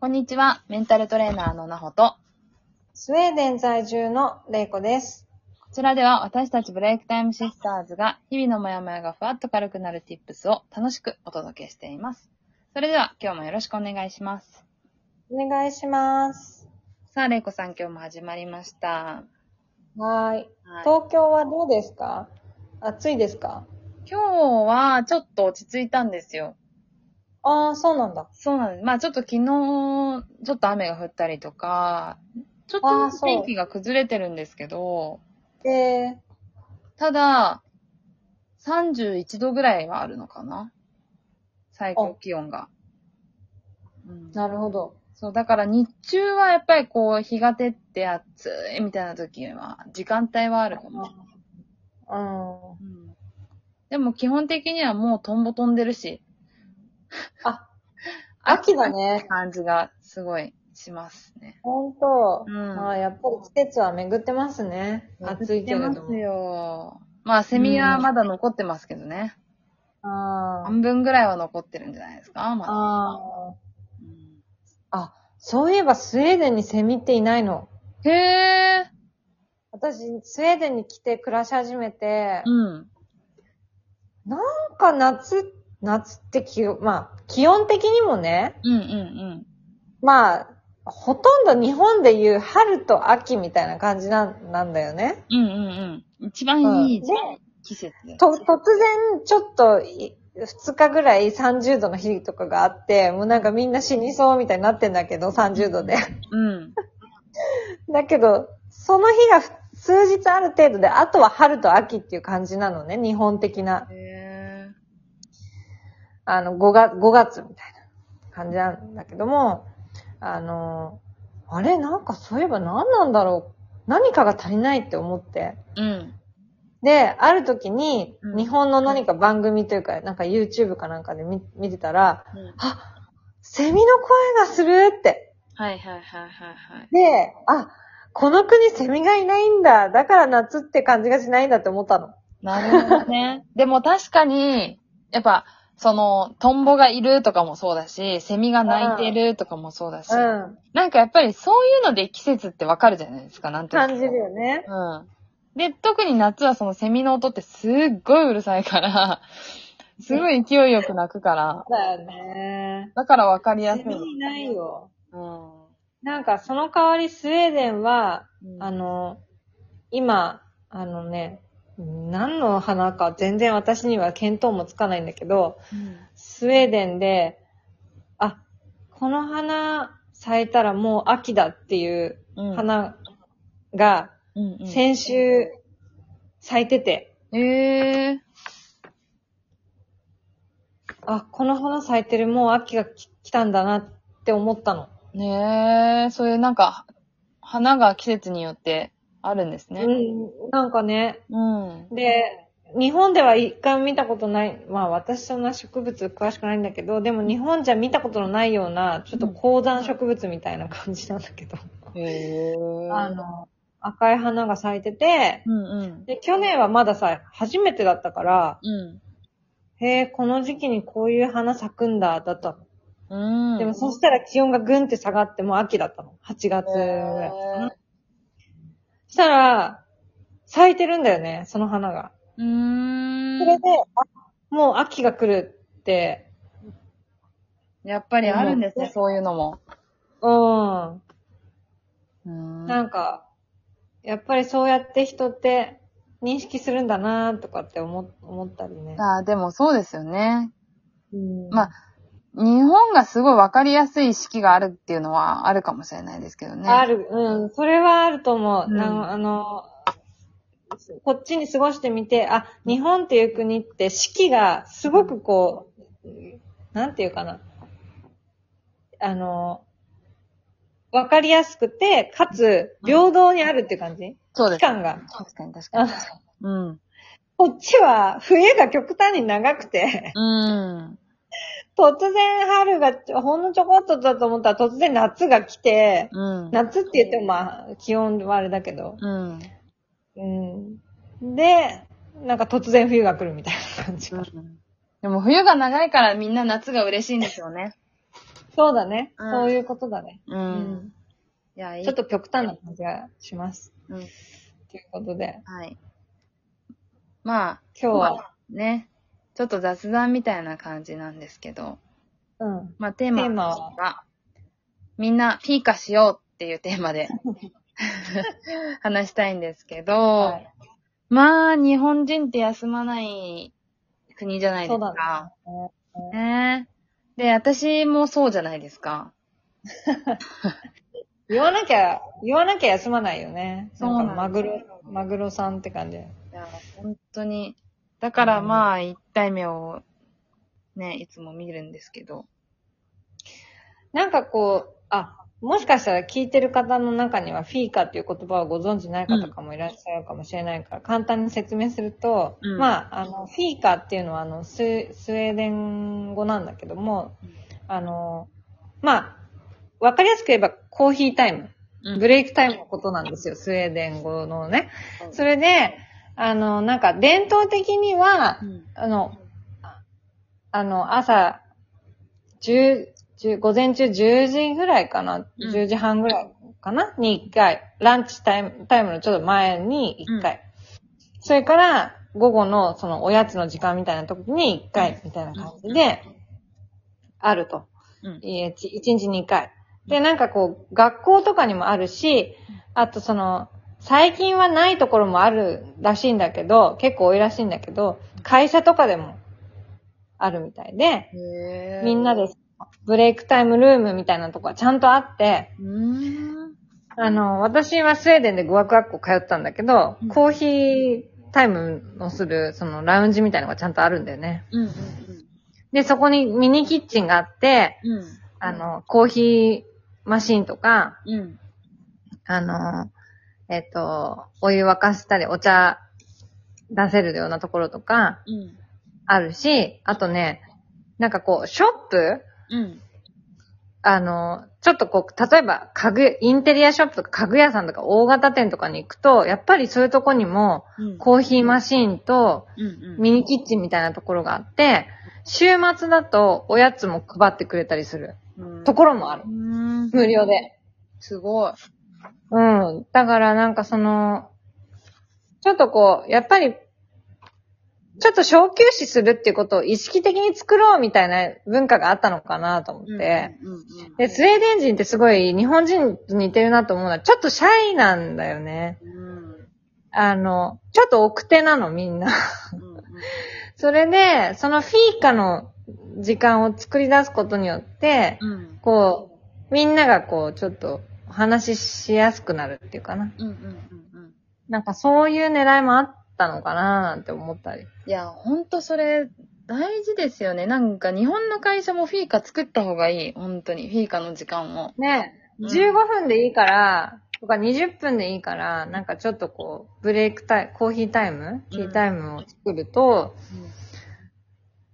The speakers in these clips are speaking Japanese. こんにちは。メンタルトレーナーのなほと、スウェーデン在住のレイコです。こちらでは私たちブレイクタイムシスターズが日々のモヤモヤがふわっと軽くなる tips を楽しくお届けしています。それでは今日もよろしくお願いします。お願いします。さあ、れいこさん今日も始まりました。はーい。はい、東京はどうですか暑いですか今日はちょっと落ち着いたんですよ。ああ、そうなんだ。そうなんです。まあちょっと昨日、ちょっと雨が降ったりとか、ちょっあーとそう天気が崩れてるんですけど、えただ、31度ぐらいはあるのかな最高気温が。うんー、なるほど。そう、だから日中はやっぱりこう、日が照って暑いみたいな時は、時間帯はあるかもしれない。うん。うんでも基本的にはもうトンボ飛んでるし、あ、秋だね。感じがすごいしますね。ほんと。うんまあ、やっぱり季節は巡ってますね。暑いけれやっどてますも。よ。まあ、セミはまだ残ってますけどね。あー半分ぐらいは残ってるんじゃないですかまだ。あうんー。あ、そういえばスウェーデンにセミっていないの。へえ。私、スウェーデンに来て暮らし始めて、うん。なんか夏、夏って気温、まあ、気温的にもね、うんうんまあ、ほとんど日本でいう春と秋みたいな感じなんなんだよね。うん。うんうんうん。一番いい時うん季節で。と、突然、ちょっとい、2日ぐらい30度の日とかがあって、もうなんかみんな死にそうみたいになってんだけど、30度で。うん。 だけど、その日がふ数日ある程度で、あとは春と秋っていう感じなのね、日本的な、へえ。あの、5月、5月みたいな感じなんだけども、あの、あれ、なんかそういえば何なんだろう、何かが足りないって思って。うん。で、ある時にう、ん日本の何か番組というか、なんか YouTube かなんかで見見てたら、うんあ、セミの声がするって。はいはいはいはいはい。で、あ、この国セミがいないんだ。だから夏って感じがしないんだって思ったの。なるほどね。でも確かに、やっぱ、その、トンボがいるとかもそうだし、セミが鳴いてるとかもそうだし、うん。なんかやっぱりそういうので季節ってわかるじゃないですか、なんていう感じるよね。の。うん。で、特に夏はそのセミの音ってすっごいうるさいから、すごい勢いよく鳴くから、だよね。だからわかりやすいセ。ミいないよ。うん。なんかその代わりスウェーデンは、うんあの、今、あのね、何の花か全然私には見当もつかないんだけど、スウェーデンで、あ、この花咲いたらもう秋だっていううん、花がうんうん、先週咲いてて、ええあ、この花咲いてるもう秋がき来たんだなって思ったの。ねえ、そういうなんか、花が季節によってあるんですね。うん、なんかね、うん。で、日本では一回も見たことない、まあ私そんな植物詳しくないんだけど、でも日本じゃ見たことのないような、ちょっと高山植物みたいな感じなんだけど、へえ。あの、赤い花が咲いてて、うんうん。で、去年はまださ、初めてだったから、うへえ、この時期にこういう花咲くんだ、だったん。の。うん。でもそしたら気温がぐんって下がって、もう秋だったの。8月ぐらい。へそしたら、咲いてるんだよね、その花が。ーうーそれん。で、あもう秋が来るって、やっぱりあるんですねう、んそういうのも。うん。うんなんか、やっぱりそうやって人って認識するんだなとかって思思ったりね。あーでもそうですよね。うんまあ日本がすごいわかりやすい式があるっていうのはあるかもしれないですけどね。ある、うん、それはあると思う。うんなあの、こっちに過ごしてみて、あ、日本っていう国って四季がすごくこう、なんていうかな。あの、わかりやすくて、かつ、平等にあるって感じそうで期す。間が。確かに確かに。うん。こっちは冬が極端に長くて、うん。突然春がちょほんのちょこっとだと思ったら突然夏が来て、うん。夏って言ってもまあ気温はあれだけど、うん。うん。で、なんか突然冬が来るみたいな感じが。でも冬が長いからみんな夏が嬉しいんですよね。そうだね。うんそういうことだね。う。。うんいや、いい。ちょっと極端な感じがします。うんということで、はい。まあ、今日は、ね、ちょっと雑談みたいな感じなんですけど、うん。まあテーテーママは、みんなピーカしようっていうテー マで話したいんですけど、はいまあ日本人って休まない国じゃないですそうか。ねねえで、私もそうじゃないですか。言わなきゃ、言わなきゃ休まないよね。そうなんかマグロ、マグロさんって感じ。いや、本当に。だからまあ、一体目をね、いつも見るんですけど。なんかこう、あ、もしかしたら聞いてる方の中にはフィーカっていう言葉をご存知ない方かもいらっしゃるかもしれないから、簡単に説明すると、うんまあ、あの、フィーカっていうのはあのス、スウェーデン語なんだけどもうん、あの、まあ、わかりやすく言えばコーヒータイム。ブレイクタイムのことなんですよ、スウェーデン語のね。それで、あの、なんか伝統的にはう、んあの、あの、朝、10、10午前中10時ぐらいかな、うん10時半ぐらいかなに1回、ランチタイム、タイムのちょっと前に1回。それから、午後のそのおやつの時間みたいな時に1回みたいな感じで、あると。うんいえ、ち1日2回。で、なんかこう、学校とかにもあるし、あとその、最近はないところもあるらしいんだけど、結構多いらしいんだけど、会社とかでもあるみたいで、へーみんなで、ブレイクタイムルームみたいなとこはちゃんとあって、うーん。あの、私はスウェーデンで語学学校通ったんだけどうん、コーヒータイムのする、そのラウンジみたいなのがちゃんとあるんだよね。うんうんで、そこにミニキッチンがあって、うん。うん。あの、コーヒーマシンとか、うん。あの、えっと、お湯沸かしたり、お茶出せるようなところとかうん。あるし、あとね、なんかこう、ショップうん。あの、ちょっとこう、例えば家具、インテリアショップとか家具屋さんとか大型店とかに行くと、やっぱりそういうとこにも、うん。コーヒーマシーンとうん。うん。ミニキッチンみたいなところがあって、週末だとおやつも配ってくれたりするうん。ところもあるう。ーん。無料で。すごい。うん。だからなんかその、ちょっとこう、やっぱり、ちょっと小休止するっていうことを意識的に作ろうみたいな文化があったのかなと思って。うんうんうんで、スウェーデン人ってすごい日本人と似てるなと思うのは、ちょっとシャイなんだよね。うん。あの、ちょっと奥手なのみんな。 うんうんそれで、そのフィーカの時間を作り出すことによって、うん。こう、みんながこう、ちょっとお話ししやすくなるっていうかな。うんうんうんうん。なんかそういう狙いもあったのかななんて思ったり。いや、ほんとそれ、大事ですよね。なんか、日本の会社もフィーカ作った方がいい。本当に。フィーカの時間を。ね、うん15分でいいから、とか20分でいいから、なんかちょっとこう、ブレイクタイム、コーヒータイムティータイムを作ると、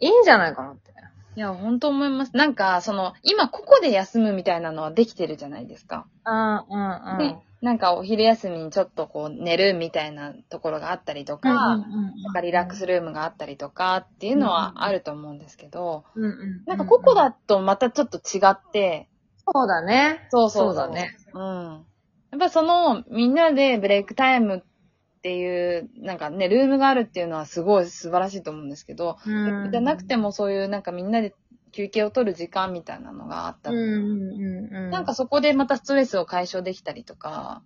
いいんじゃないかなって。いや、ほんと思います。なんか、その、今ここで休むみたいなのはできてるじゃないですか。うんうんうん。で、なんかお昼休みにちょっとこう寝るみたいなところがあったりとか、うんなんかリラックスルームがあったりとかっていうのはあると思うんですけど、うんうん。なんかここだとまたちょっと違って、そうだね。そうそうそうだね。うん。やっぱそのみんなでブレイクタイムっていう、なんかね、ルームがあるっていうのはすごい素晴らしいと思うんですけど、うんじゃなくてもそういうなんかみんなで休憩を取る時間みたいなのがあったうんら、うんうん。なんか、そこでまたストレスを解消できたりとか、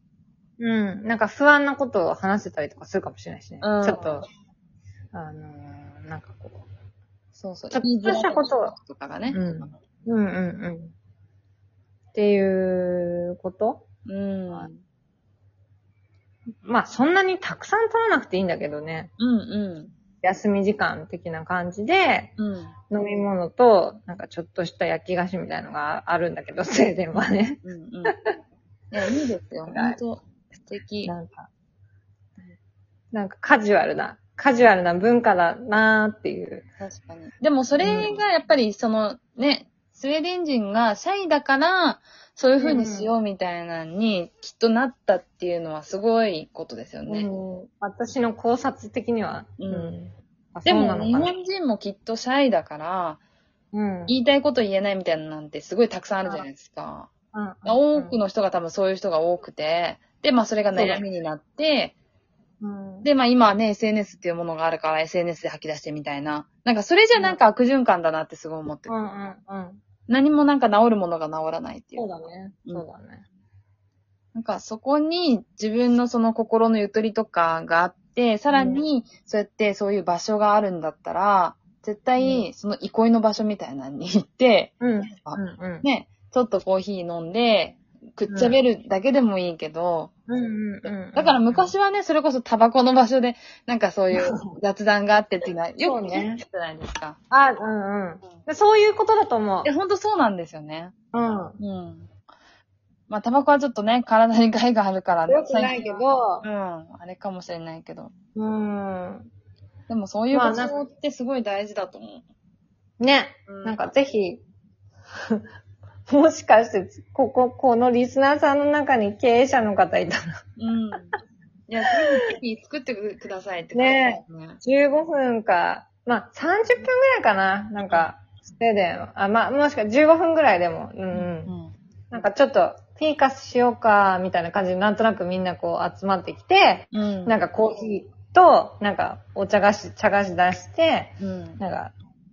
うん。なんか不安なことを話せたりとかするかもしれないしね。うんちょっと、あのーなんかこう、そうそう。ちょっとしたことをとかがね。うんうんうんうん。っていうことうん。うんまあそんなにたくさん取らなくていいんだけどね。う休み時間的な感じで、ん。うん。飲み物と、なんかちょっとした焼き菓子みたいのがあるんだけど、 スウェーデンはね。うんうん。いや、いいですよ。は本い当素敵。なんか、なんかカジュアルな、カジュアルな文化だなーっていう。確かに。でもそれがやっぱりそのね、スウェーデン人がシャイだから、そういう風にしようみたいなのに、きっとなったっていうのはすごいことですよね。うん私の考察的には。うんあでそうなもの日かな本人もきっとシャイだから、うん。言いたいこと言えないみたいなのなんてすごいたくさんあるじゃないですか。うん多くの人が多分そういう人が多くて、で、まあそれが悩みになって、うん。で、まあ今はね、SNS っていうものがあるから SNS で吐き出してみたいな。なんかそれじゃなんか悪循環だなってすごい思ってうる。んうんうん。何もなんか治るものが治らないっていそうう。だね。うんそうだね。なんかそこに自分のその心のゆとりとかがあって、さらにそうやってそういう場所があるんだったら、絶対その憩いの場所みたいなのに行って、うん。うんあうん。ね、ちょっとコーヒー飲んで、くっちゃべるだけでもいいけど、うんうんうん。だから昔はね、それこそタバコの場所で、なんかそういう雑談があってっていうのは、よくね、じゃないですか。あ、うんうんで。そういうことだと思ういや、。ほんとそうなんですよね。うん。うん。まあ、タバコはちょっとね、体に害があるから、ね、よくないけどう、ん、あれかもしれないけど。うん。でもそういうまあ場所ってすごい大事だと思ね。う。なんかぜひ、 もしかして、ここ、このリスナーさんの中に経営者の方いたら、うん。いや、ぜひぜひ作ってくださいってねえ。ね15分か、まあ、30分ぐらいかななんか、スウェーデン。あ、まあ、もしか15分ぐらいでも、うんうん。うん。なんかちょっと、フィーカスしようか、みたいな感じで、なんとなくみんなこう集まってきて、うん。なんかコーヒーと、なんかお茶菓子、茶菓子出して、うん。うん。なんか、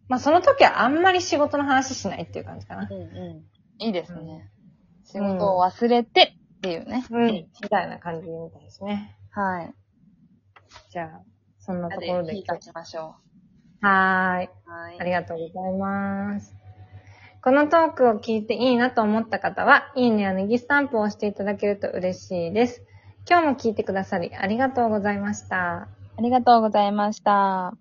まあその時はあんまり仕事の話しないっていう感じかな。うん。いいですね。仕事を忘れてっていうね。うん。みたいな感じみたいですね。はい。じゃあ、そんなところでで火今が日。きましょう。はーい。はいありがとうございます。このトークを聞いていいなと思った方は、いいねやネギスタンプを押していただけると嬉しいです。今日も聞いてくださりありがとうございました。ありがとうございました。